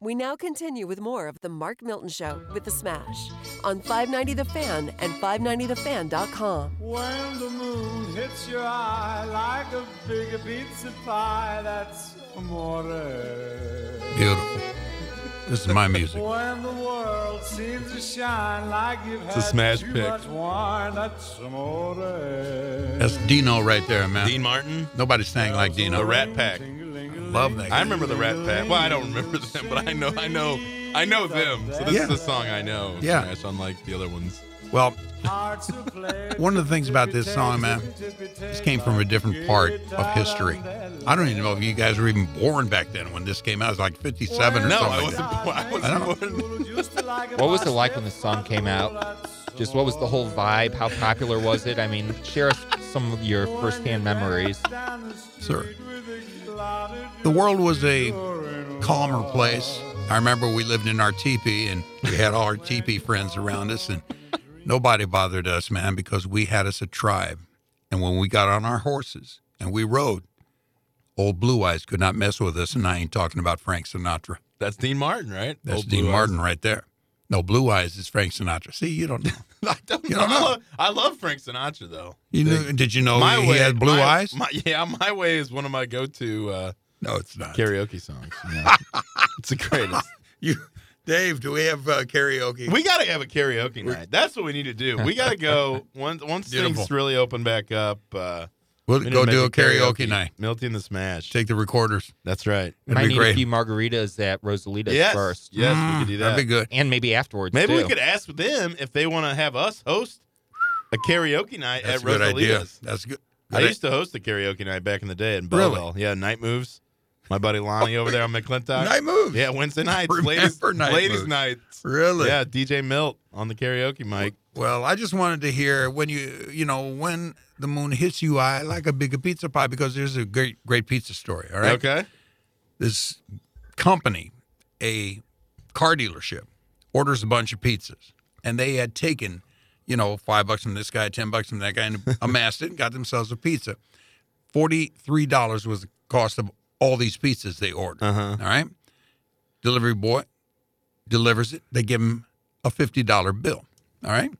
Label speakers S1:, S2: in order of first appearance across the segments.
S1: We now continue with more of The Mark Milton Show with The Smash on 590 The Fan and 590TheFan.com.
S2: When the moon hits your eye like a big pizza pie, that's amore.
S3: Beautiful. This is my music.
S2: When the world seems to shine like you've
S4: a
S2: had
S4: smash
S2: too
S4: pick.
S2: much wine, that's amore.
S3: That's Dino right there, man.
S4: Dean Martin,
S3: Nobody sang like Dino.
S4: the Rat Pack.
S3: Love that.
S4: I remember the Rat Pack. Well, I don't remember them, but I know, I know, I know them. So this
S3: Yeah.
S4: is a song I know.
S3: Yeah.
S4: Smash, unlike the other ones.
S3: Well,
S2: Hearts to play,
S3: one of the things about this song, man, this came from a different part of history. I don't even know if you guys were even born back then when this came out. It was like 57 or
S4: No,
S3: something.
S4: I wasn't. born- I
S3: I don't
S4: wasn't born.
S5: What was it like when the song came out? Just what was the whole vibe? How popular was it? I mean, share us some of your firsthand memories.
S3: Sir. The world was a calmer place. I remember we lived in our teepee and we had all our teepee friends around us, and nobody bothered us, man, because we had us a tribe. And when we got on our horses and we rode, old Blue Eyes could not mess with us. And I ain't talking about Frank Sinatra.
S4: That's Dean Martin, right?
S3: That's
S4: Old
S3: Dean
S4: Blue Eyes.
S3: Martin right there. No, Blue Eyes is Frank Sinatra. See, you don't know.
S4: I don't
S3: You
S4: know.
S3: don't
S4: I,
S3: know.
S4: love, I love Frank Sinatra though.
S3: You knew, did you know he had blue
S4: my-
S3: eyes?
S4: my- yeah, my way is one of my go-to uh,
S3: no, it's not.
S4: karaoke songs. you know. it's the greatest.
S3: You, Dave, do we have uh, karaoke?
S4: We got to have a karaoke night. That's what we need to do. We got to go once once
S3: Beautiful.
S4: things really open back up. Uh,
S3: will
S4: we need
S3: go
S4: to
S3: do a
S4: make
S3: karaoke, night.
S4: Milty and the Smash.
S3: Take the recorders.
S4: That's right.
S3: That'd
S5: Might
S3: be
S5: need
S3: great.
S5: a few margaritas at Rosalita's
S4: yes,
S5: first,
S4: yes,
S3: Mm,
S4: we could do that.
S3: That'd be good.
S5: and maybe afterwards.
S4: Maybe we
S5: too.
S4: could ask them if they want to have us host a karaoke night
S3: That's
S4: at
S3: a good idea.
S4: Rosalita's.
S3: That's good.
S4: I used to host a karaoke night back in the day in
S3: Really?
S4: Belleville. Yeah, night moves. My buddy Lonnie over there on McClintock.
S3: night moves.
S4: uh, Yeah, Wednesday nights,
S3: Remember
S4: ladies,
S3: night
S4: ladies'
S3: moves.
S4: nights.
S3: Really?
S4: Yeah, DJ Milt on the karaoke mic.
S3: Well, I just wanted to hear when you you know when the moon hits you, I like a bigger pizza pie because there's a great great pizza story. All right.
S4: Okay.
S3: This company, a car dealership, orders a bunch of pizzas, and they had taken, you know, five bucks from this guy, ten bucks from that guy, and amassed it and got themselves a pizza. Forty three dollars was the cost of all these pizzas they ordered.
S4: Uh-huh.
S3: All right. Delivery boy delivers it. They give him a $50 bill. All right.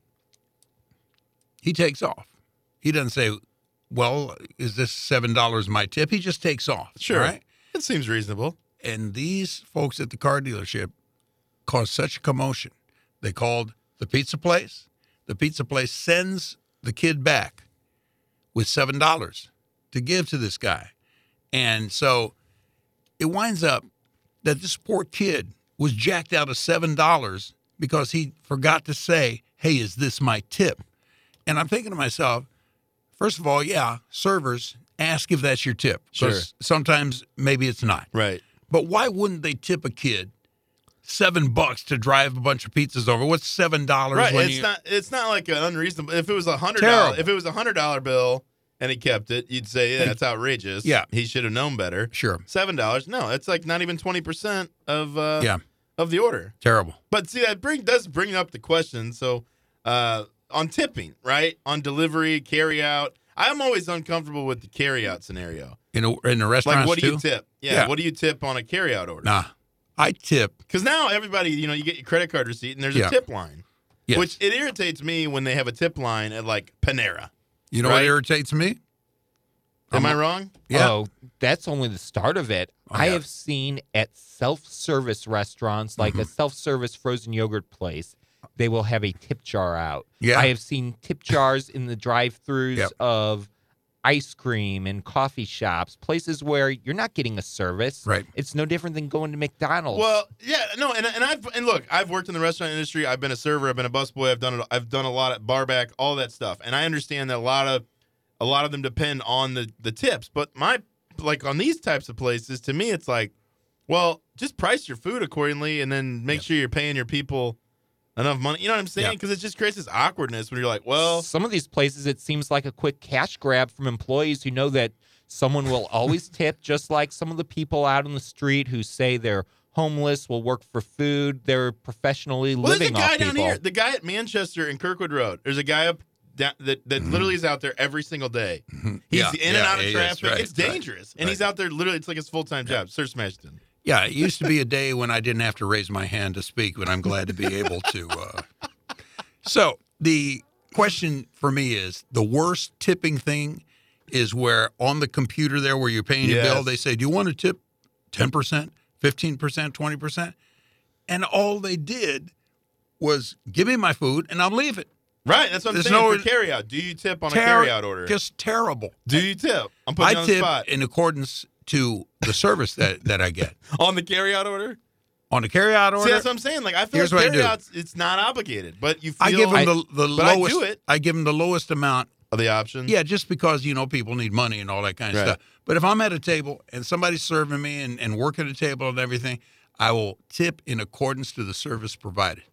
S3: He takes off. He doesn't say, well, is this $7 my tip? He just takes off.
S4: Sure.
S3: All right.
S4: It seems reasonable.
S3: And these folks at the car dealership caused such a commotion. They called the pizza place. The pizza place sends the kid back with $7 to give to this guy. And so it winds up that this poor kid was jacked out of $7 because he forgot to say, Hey, is this my tip? And I'm thinking to myself, first of all, yeah, servers ask if that's your tip. 'cause Sometimes maybe it's not.
S4: Right.
S3: But why wouldn't they tip a kid seven bucks to drive a bunch of pizzas over? What's seven dollars?
S4: Right.
S3: when
S4: It's
S3: you-
S4: not it's not like an unreasonable if it was a hundred dollar
S3: Terrible.
S4: if it was a hundred dollar bill and he kept it, you'd say, Yeah, that's outrageous.
S3: Yeah.
S4: He should have known better.
S3: sure.
S4: Seven dollars. No, it's like not even twenty percent of uh
S3: Yeah,
S4: of the order.
S3: terrible.
S4: But see, that bring does bring up the question. So, uh, on tipping, right? On delivery, carry out. I'm always uncomfortable with the carry out scenario.
S3: In a, in the
S4: Like,
S3: restaurants
S4: what do
S3: too.
S4: you tip? Yeah,
S3: Yeah.
S4: What do you tip on a carry out order?
S3: Nah, I tip.
S4: Because now everybody, you know, you get your credit card receipt and there's
S3: Yeah.
S4: a tip line,
S3: Yes.
S4: which it irritates me when they have a tip line at like Panera.
S3: you know what
S4: right?
S3: irritates me?
S4: Am
S3: I'm-
S4: I wrong?
S3: Yeah.
S5: Oh, that's only the start of it.
S3: Oh,
S5: I
S3: yeah.
S5: have seen at self service restaurants, like
S3: Mm-hmm.
S5: a self service frozen yogurt place, they will have a tip jar out.
S3: Yeah.
S5: I have seen tip jars in the drive throughs
S3: Yep.
S5: of ice cream and coffee shops, places where you're not getting a service.
S3: Right.
S5: It's no different than going to
S3: Oh.
S5: McDonald's.
S4: Well, yeah, no, and and I've and look, I've worked in the restaurant industry. I've been a server. I've been a busboy. I've done it. I've done a lot at barback, all that stuff. And I understand that a lot of a lot of them depend on the the tips. But my like on these types of places, to me, it's like, well, just price your food accordingly, and then make sure you're paying your people enough money. You know what I'm saying?
S3: Yeah.
S4: Because it just creates this awkwardness when you're like, well,
S5: some of these places it seems like a quick cash grab from employees who know that someone will always tip just like some of the people out on the street who say they're homeless will work for food they're professionally
S4: well, there's a
S5: living
S4: guy
S5: off
S4: down
S5: people
S4: here, the guy at Manchester and Kirkwood Road. There's a guy up. That, that, that literally is out there every single day. He's
S3: Yeah,
S4: in and
S3: Mm-hmm. yeah,
S4: out of
S3: he is,
S4: traffic.
S3: right,
S4: it's
S3: right,
S4: dangerous. and
S3: right.
S4: he's out there literally, it's like his full time job. Sir Smashton.
S3: Yeah, it used to be a day when I didn't have to raise my hand to speak, but I'm glad to be able to. Uh... So the question for me is the worst tipping thing is where on the computer there where you're paying your bill,
S4: Yes.
S3: they say, Do you want to tip 10%, 15%, 20%? And all they did was give me my food and I'll leave it.
S4: Right, that's what I'm
S3: There's
S4: saying.
S3: no-
S4: for carryout, do you tip on
S3: Terri-
S4: a carryout order?
S3: Just terrible.
S4: do you tip? I'm putting
S3: I
S4: you on the
S3: tip
S4: spot.
S3: in accordance to the service that, that I get.
S4: On the carryout order?
S3: On the carryout
S4: See,
S3: order,
S4: that's what I'm saying. Like I feel
S3: Here's
S4: like
S3: what I do.
S4: carryouts, it's not obligated, but you feel
S3: I Mm-hmm. give them the, the
S4: but I do
S3: lowest.
S4: it.
S3: give them the lowest amount.
S4: the option.
S3: Yeah, just because you know people need money and all that kind of
S4: Right.
S3: stuff. But if I'm at a table and somebody's serving me and, and working the table and everything, I will tip in accordance to the service provided.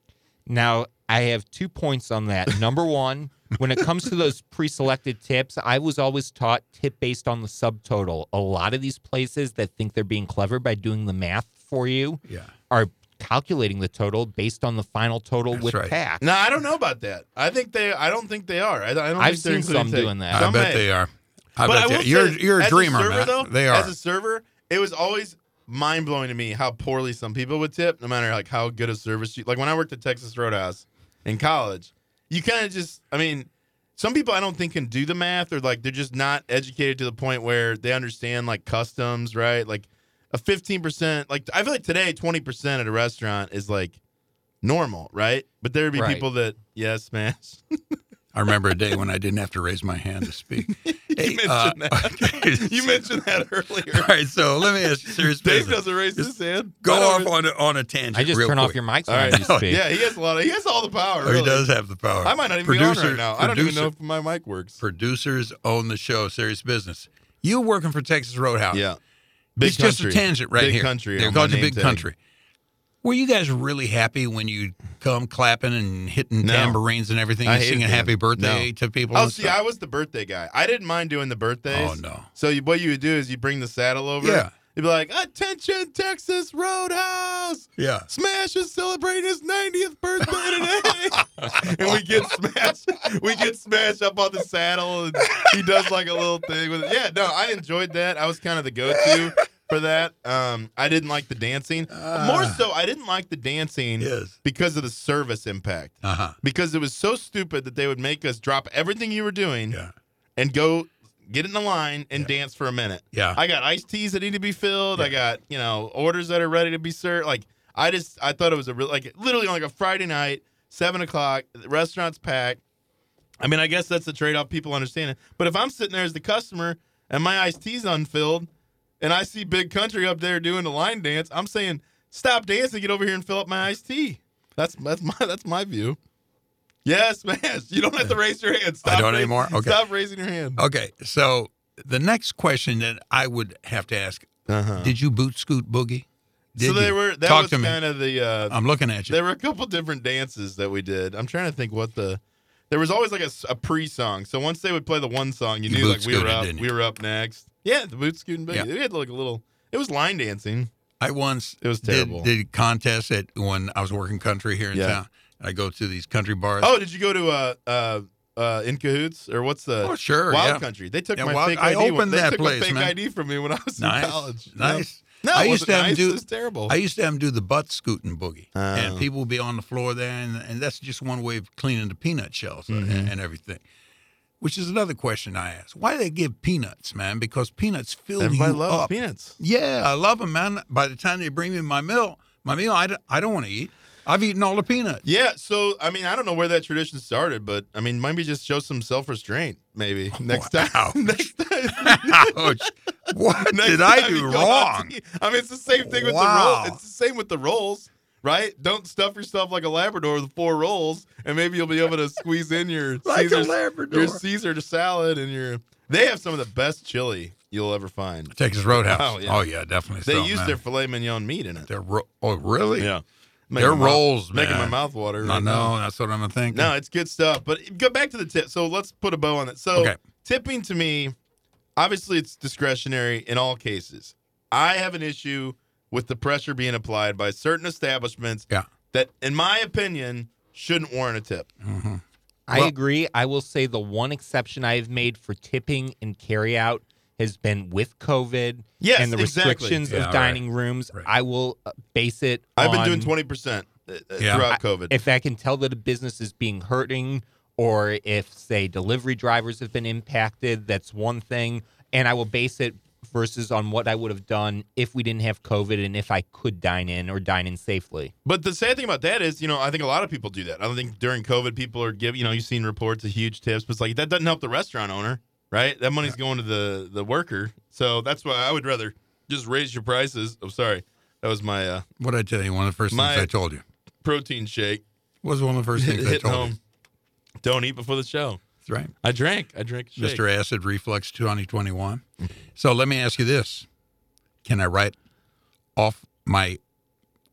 S5: Now, I have two points on that. Number one, when it comes to those pre selected tips, I was always taught tip based on the subtotal. A lot of these places that think they're being clever by doing the math for you
S3: Yeah.
S5: are calculating the total based on the final total
S3: That's
S5: with
S3: right.
S5: tax.
S4: No, I don't know about that. I think they. I don't think they are. I, I don't.
S5: I've
S4: think they're
S5: seen some
S4: including tip.
S5: doing that. I
S3: I
S4: Some
S3: bet
S4: may.
S3: they are. I
S4: but
S3: bet
S4: I
S3: they
S4: will
S3: are. You're,
S4: say,
S3: you're a
S4: as
S3: dreamer,
S4: server,
S3: Matt.
S4: Though,
S3: they are.
S4: As a server, it was always mind blowing to me how poorly some people would tip, no matter like how good a service you. Like when I worked at Texas Roadhouse in college, you kind of just. I mean, some people I don't think can do the math, or like they're just not educated to the point where they understand like customs, right? Like a fifteen percent. Like I feel like today, twenty percent at a restaurant is like normal, right? But there would be
S5: Right.
S4: people that yes, man.
S3: I remember a day when I didn't have to raise my hand to speak. you
S4: mentioned
S3: that.
S4: you mentioned that earlier.
S3: All right, so let me ask you a serious
S4: Dave
S3: business.
S4: doesn't raise
S3: Just
S4: his hand.
S3: Go
S4: I don't
S3: off on a, on a tangent.
S5: I just
S3: real
S5: turn off
S3: quick.
S5: your mics
S4: All
S5: when
S4: right. Oh,
S5: you speak.
S4: Yeah, he has a lot of. He has all the power.
S3: Oh,
S4: really.
S3: He does have the power.
S4: I might not even
S3: producer,
S4: be on right now. I don't even know if my mic works.
S3: producers own the show. Serious business. You working for Texas Roadhouse?
S4: Yeah, big
S3: it's
S4: country.
S3: just a tangent right
S4: big
S3: here.
S4: Country.
S3: They
S4: on
S3: called
S4: my
S3: you Big
S4: name tag.
S3: Country. Were you guys really happy when you come clapping and hitting
S4: No.
S3: tambourines and everything
S4: I
S3: and
S4: hated
S3: singing
S4: them.
S3: Happy Birthday
S4: No.
S3: to people?
S4: Oh,
S3: and
S4: see,
S3: stuff?
S4: I was the birthday guy. I didn't mind doing the birthdays.
S3: oh no,
S4: So you, what you would do is you bring the saddle over.
S3: Yeah.
S4: You'd be like, "Attention, Texas Roadhouse!
S3: yeah.
S4: Smash is celebrating his 90th birthday today!" and we get Smash, we get Smash up on the saddle, and he does like a little thing with it. Yeah, no, I enjoyed that. I was kind of the go-to for that. Um, I didn't like the dancing. More so, I didn't like the dancing
S3: Yes.
S4: because of the service impact.
S3: Uh huh.
S4: Because it was so stupid that they would make us drop everything you were doing
S3: Yeah.
S4: and go get in the line and dance for a minute.
S3: Yeah.
S4: I got iced teas that need to be filled. I got, you know, orders that are ready to be served. Like, I just, I thought it was a real, like, literally on like a Friday night, seven o'clock, the restaurant's packed. I mean, I guess that's the trade off people understand it. But if I'm sitting there as the customer and my iced tea's unfilled and I see Big Country up there doing the line dance, I'm saying, stop dancing, get over here and fill up my iced tea. That's, that's my, that's my view. Yes, man. You don't have to raise your hand. Stop
S3: don't
S4: raising-
S3: anymore? Okay.
S4: Stop raising your hand.
S3: Okay, so the next question that I would have to ask:
S4: Uh-huh.
S3: Did you boot scoot boogie? Did
S4: so they
S3: you?
S4: were that
S3: Talk
S4: was
S3: to me. Oh,
S4: kind of the uh
S3: I'm looking at you.
S4: there were a couple different dances that we did. I'm trying to think what the there was always like a, s- a pre-song. So once they would play the one song, you,
S3: You
S4: knew
S3: boot
S4: like we were
S3: scooted,
S4: up,
S3: didn't you?
S4: we were up next. Yeah, the boot scooting boogie.
S3: Yeah.
S4: We had like a little it was line dancing.
S3: I once
S4: It was
S3: did-
S4: terrible.
S3: Did, contests at when I was working country here in
S4: Yeah.
S3: town. I go to these country bars.
S4: Oh, did you go to uh uh uh in cahoots or what's the
S3: Oh, sure,
S4: Wild
S3: yeah.
S4: Country. They took
S3: Yeah,
S4: my
S3: Wild-
S4: fake
S3: I
S4: ID. when-
S3: opened
S4: they
S3: that
S4: took
S3: place,
S4: my fake
S3: man.
S4: ID from me when I was
S3: nice,
S4: in college. Yeah.
S3: nice.
S4: No,
S3: I
S4: it
S3: used
S4: wasn't
S3: to have
S4: nice.
S3: them do.
S4: It was terrible.
S3: I used to have them do the butt scooting boogie, and
S4: Oh.
S3: people would be on the floor there, and, and that's just one way of cleaning the peanut shells and-
S4: Mm-hmm.
S3: and, everything. Which is another question I ask: Why do they give peanuts, man? Because peanuts fill
S4: Everybody
S3: you
S4: loves
S3: up.
S4: peanuts.
S3: Yeah, I love them, man. By the time they bring me my meal, my meal, I don't, I don't want to eat. I've eaten all the peanuts.
S4: Yeah, so I mean, I don't know where that tradition started, but I mean, maybe just show some self restraint. Maybe next
S3: Wow.
S4: time. next time.
S3: Ouch. What
S4: next
S3: did I
S4: time
S3: do
S4: you go out
S3: wrong?
S4: to eat. I mean, it's the same thing with
S3: Wow.
S4: the rolls. It's the same with the rolls, right? Don't stuff yourself like a Labrador with four rolls, and maybe you'll be able to squeeze in your
S3: Like a
S4: Caesar,
S3: Labrador.
S4: your Caesar salad, and your. They have some of the best chili you'll ever find.
S3: Texas Roadhouse.
S4: Oh,
S3: Oh
S4: yeah.
S3: yeah, definitely.
S4: They
S3: so,
S4: use
S3: man.
S4: their filet mignon meat in it.
S3: Their ro- oh really?
S4: Making
S3: Their
S4: my mouth-
S3: rolls,
S4: making my
S3: man.
S4: mouth water.
S3: No,
S4: right now.
S3: no, that's what I'm thinking.
S4: No, it's good stuff. But go back to the tip. So let's put a bow on it. So
S3: Okay.
S4: tipping to me, obviously it's discretionary in all cases. I have an issue with the pressure being applied by certain establishments
S3: Yeah.
S4: that, in my opinion, shouldn't warrant a tip.
S5: I
S3: Well-
S5: agree. I will say the one exception I have made for tipping and carryout has been with COVID
S4: Yes,
S5: and the
S4: exactly.
S5: restrictions
S3: Yeah,
S5: of
S3: right.
S5: dining rooms.
S3: Right.
S5: I will uh, base it.
S4: I've been
S5: on
S4: doing twenty percent uh,
S3: Yeah.
S4: throughout COVID.
S5: If I can tell that a business is being hurting, or if say delivery drivers have been impacted, that's one thing, and I will base it versus on what I would have done if we didn't have COVID and if I could dine in or dine in safely.
S4: But the sad thing about that is, you know, I think a lot of people do that. I don't think during COVID people are giving, you know, you've seen reports of huge tips, but it's like that doesn't help the restaurant owner, right? That money's going to the the worker. So that's why I would rather just raise your prices. I'm sorry. That was my uh,
S3: What did I tell you? One of the first
S4: My-
S3: things I told you
S4: protein shake
S3: was one of the first things I
S4: hitting
S3: told you.
S4: home. Don't eat before the show.
S3: That's right.
S4: I drank. I drank a shake.
S3: Mr. Acid Reflux 2021. So let me ask you this: Can I write off my,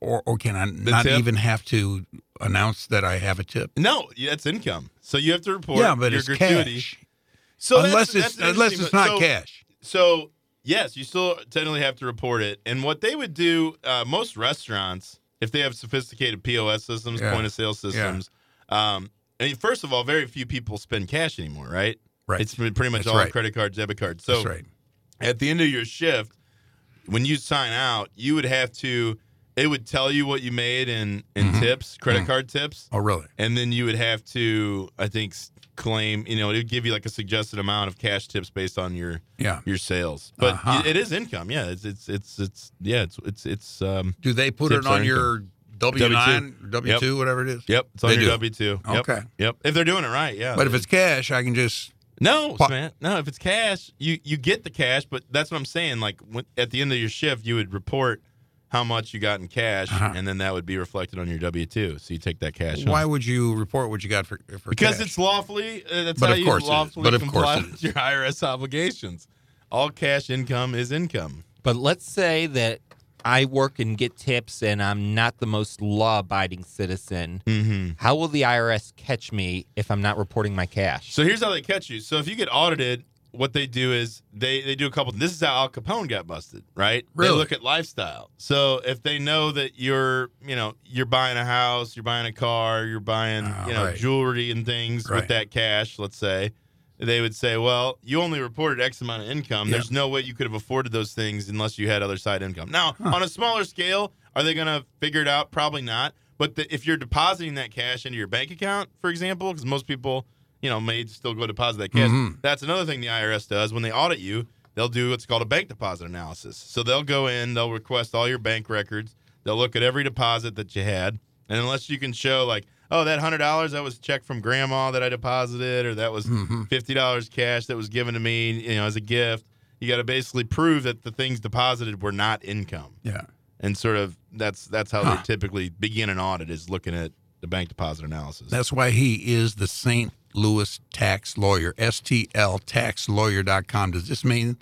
S3: or or can I not
S4: tip?
S3: even have to announce that I have a tip?
S4: No, that's income. So you have to report
S3: yeah, but
S4: your
S3: it's
S4: gratuity.
S3: cash.
S4: So that's-
S3: unless it's
S4: that's an
S3: unless
S4: interesting-
S3: it's not
S4: so-
S3: cash.
S4: So yes, you still technically have to report it. And what they would do, uh, most restaurants, if they have sophisticated POS systems,
S3: Yeah.
S4: point of sale systems, um, I mean, first of all, very few people spend cash anymore, right?
S3: Right.
S4: It's been pretty much
S3: That's
S4: all
S3: right.
S4: credit cards, debit cards. So
S3: That's right.
S4: at the end of your shift, when you sign out, you would have to. It would tell you what you made in in
S3: Mm-hmm.
S4: tips, credit card tips
S3: Oh, really?
S4: and then you would have to i think s- claim you know it would give you like a suggested amount of cash tips based on your
S3: Yeah.
S4: your sales but
S3: Uh-huh.
S4: y- it is income yeah it's it's it's, it's yeah it's it's it's um
S3: Do they put
S4: Tips
S3: it
S4: are
S3: on your W nine, W two, whatever it is?
S4: yep it's on
S3: They
S4: your
S3: do.
S4: w2 yep.
S3: Okay.
S4: yep if they're doing it right yeah
S3: But if it's cash, I can just
S4: no
S3: Pa-
S4: man no if it's cash you you get the cash but that's what i'm saying like when, at the end of your shift you would report how much you got in cash
S3: Uh-huh.
S4: and then that would be reflected on your w2 so you take that cash
S3: Why
S4: home.
S3: would you report what you got for, for
S4: Because
S3: cash?
S4: it's lawfully, uh, that's
S3: But
S4: how
S3: of
S4: you
S3: course it is.
S4: lawfully
S3: But of course
S4: comply
S3: it
S4: with
S3: is.
S4: your IRS obligations. All cash income is income.
S5: But let's say that I work and get tips and I'm not the most law abiding citizen.
S4: Mm-hmm.
S5: How will the IRS catch me if I'm not reporting my cash?
S4: So here's how they catch you. So if you get audited, what they do is they they do a couple. This is how Al Capone got busted, right? They
S3: Really?
S4: look at lifestyle. So if they know that you're, you know, you're buying a house, you're buying a car, you're buying,
S3: Ah,
S4: you know,
S3: right.
S4: jewelry and things with
S3: Right.
S4: that cash, let's say, they would say, well, you only reported X amount of income.
S3: Yeah.
S4: There's no way you could have afforded those things unless you had other side income. Now, on a smaller scale, are they going to figure it out? Probably not. But the, if you're depositing that cash into your bank account, for example, because most people, you know, may still go deposit that cash.
S3: Mhm.
S4: That's another thing the IRS does when they audit you. They'll do what's called a bank deposit analysis. So they'll go in, they'll request all your bank records, they'll look at every deposit that you had, and unless you can show like, oh, that hundred dollars that was a check from grandma that I deposited, or that was
S3: Mhm.
S4: fifty dollars cash that was given to me, you know, as a gift, you got to basically prove that the things deposited were not income,
S3: yeah.
S4: and sort of that's that's how they
S3: Huh.
S4: typically begin an audit is looking at the bank deposit analysis.
S3: That's why he is the St. Louis tax lawyer, stltaxlawyer.com. Does this mean,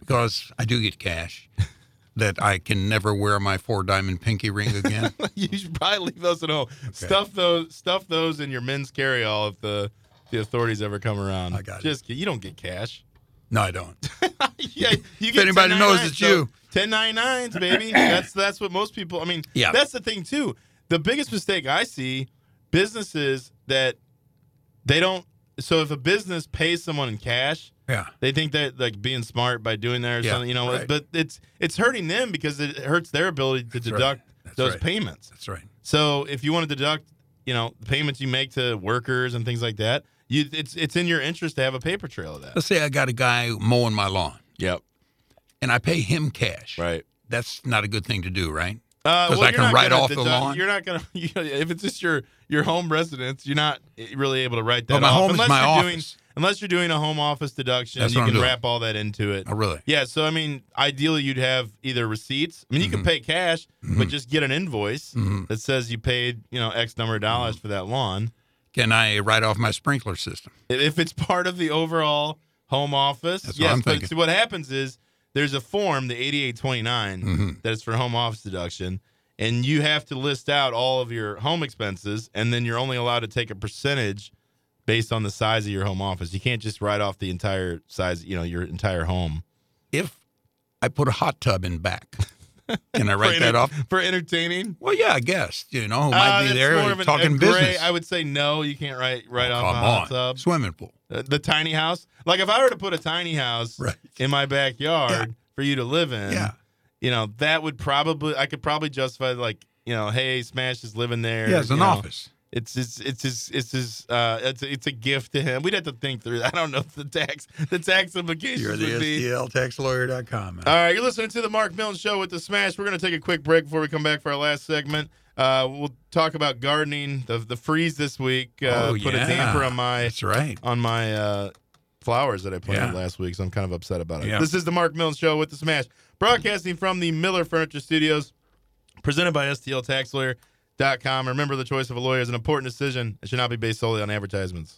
S3: because I do get cash, that I can never wear my four diamond pinky ring again?
S4: you should probably leave those at home. Stuff those, stuff those in your men's carryall if the the authorities ever come around.
S3: I got it.
S4: Just you don't get cash.
S3: no, I don't.
S4: yeah, you get
S3: anybody knows,
S4: 1099s,
S3: it's
S4: so
S3: you.
S4: 1099s, baby. that's that's what most people. I mean,
S3: Yeah.
S4: That's the thing too. The biggest mistake I see businesses that they don't. So if a business pays someone in cash,
S3: Yeah.
S4: they think that like being smart by doing that or
S3: Yeah,
S4: something, you know.
S3: right.
S4: But it's it's hurting them because it hurts their ability to
S3: right.
S4: deduct
S3: That's
S4: those
S3: right.
S4: payments.
S3: That's right.
S4: So if you want to deduct, you know, the payments you make to workers and things like that, you it's it's in your interest to have a paper trail of that.
S3: Let's say I got a guy mowing my lawn
S4: Yep.
S3: and I pay him cash.
S4: Right.
S3: That's not a good thing to do, right?
S4: Uh,
S3: 'Cause I
S4: you're
S3: can
S4: not
S3: write
S4: gonna
S3: off the
S4: deduct-
S3: lawn?
S4: You're not gonna you know, if it's just your your home residence, you're not really able to write that.
S3: But my
S4: off.
S3: home is
S4: unless
S3: my
S4: you're
S3: office.
S4: Doing, unless you're doing a home office deduction,
S3: That's
S4: you
S3: what I'm
S4: can
S3: doing.
S4: wrap all that into it.
S3: Oh, really?
S4: Yeah, so I mean, ideally you'd have either receipts. I mean, you can
S3: Mm-hmm.
S4: pay cash, but just get an invoice that says you paid, you know, X number of dollars
S3: Mm-hmm.
S4: for that lawn.
S3: Can I write off my sprinkler system?
S4: If it's part of the overall home office,
S3: That's what
S4: yes.
S3: I'm
S4: but
S3: thinking.
S4: see, what happens is there's a form, the 8829,
S3: Mm-hmm.
S4: that is for home office deduction, and you have to list out all of your home expenses, and then you're only allowed to take a percentage based on the size of your home office. You can't just write off the entire size, you know, your entire home.
S3: If I put a hot tub in back, Can I write
S4: for
S3: that
S4: enter-
S3: off?
S4: for entertaining.
S3: Well, yeah, I guess. You know, who
S4: Uh,
S3: might be
S4: that's
S3: there
S4: more of an- a
S3: talking
S4: gray-
S3: business. Oh,
S4: I would say no. You can't write right off a hot
S3: Come on.
S4: tub.
S3: Swimming pool.
S4: Uh, the tiny house. Like if I were to put a tiny house
S3: Right.
S4: in my backyard for you to live in,
S3: Yeah.
S4: you know, that would probably I could probably justify like, you know, hey, Smash is living there.
S3: Yeah, it's
S4: you
S3: an
S4: know.
S3: office.
S4: It's his it's his it's his uh it's a, it's a gift to him. We'd have to think through that. I don't know if the tax the tax implications would be.
S3: STLtaxlawyer.com.
S4: All right, you're listening to the Mark Millen Show with the Smash. We're going to take a quick break before we come back for our last segment. Uh, we'll talk about gardening. The the freeze this week uh,
S3: Oh,
S4: put
S3: yeah.
S4: a damper on my
S3: That's right.
S4: on my uh, flowers that I planted
S3: Yeah.
S4: last week, so I'm kind of upset about it.
S3: Yeah.
S4: This is the Mark Millen Show with the Smash, broadcasting from the Miller Furniture Studios, presented by STL Tax Lawyer. Remember, the choice of a lawyer is an important decision. It should not be based solely on advertisements.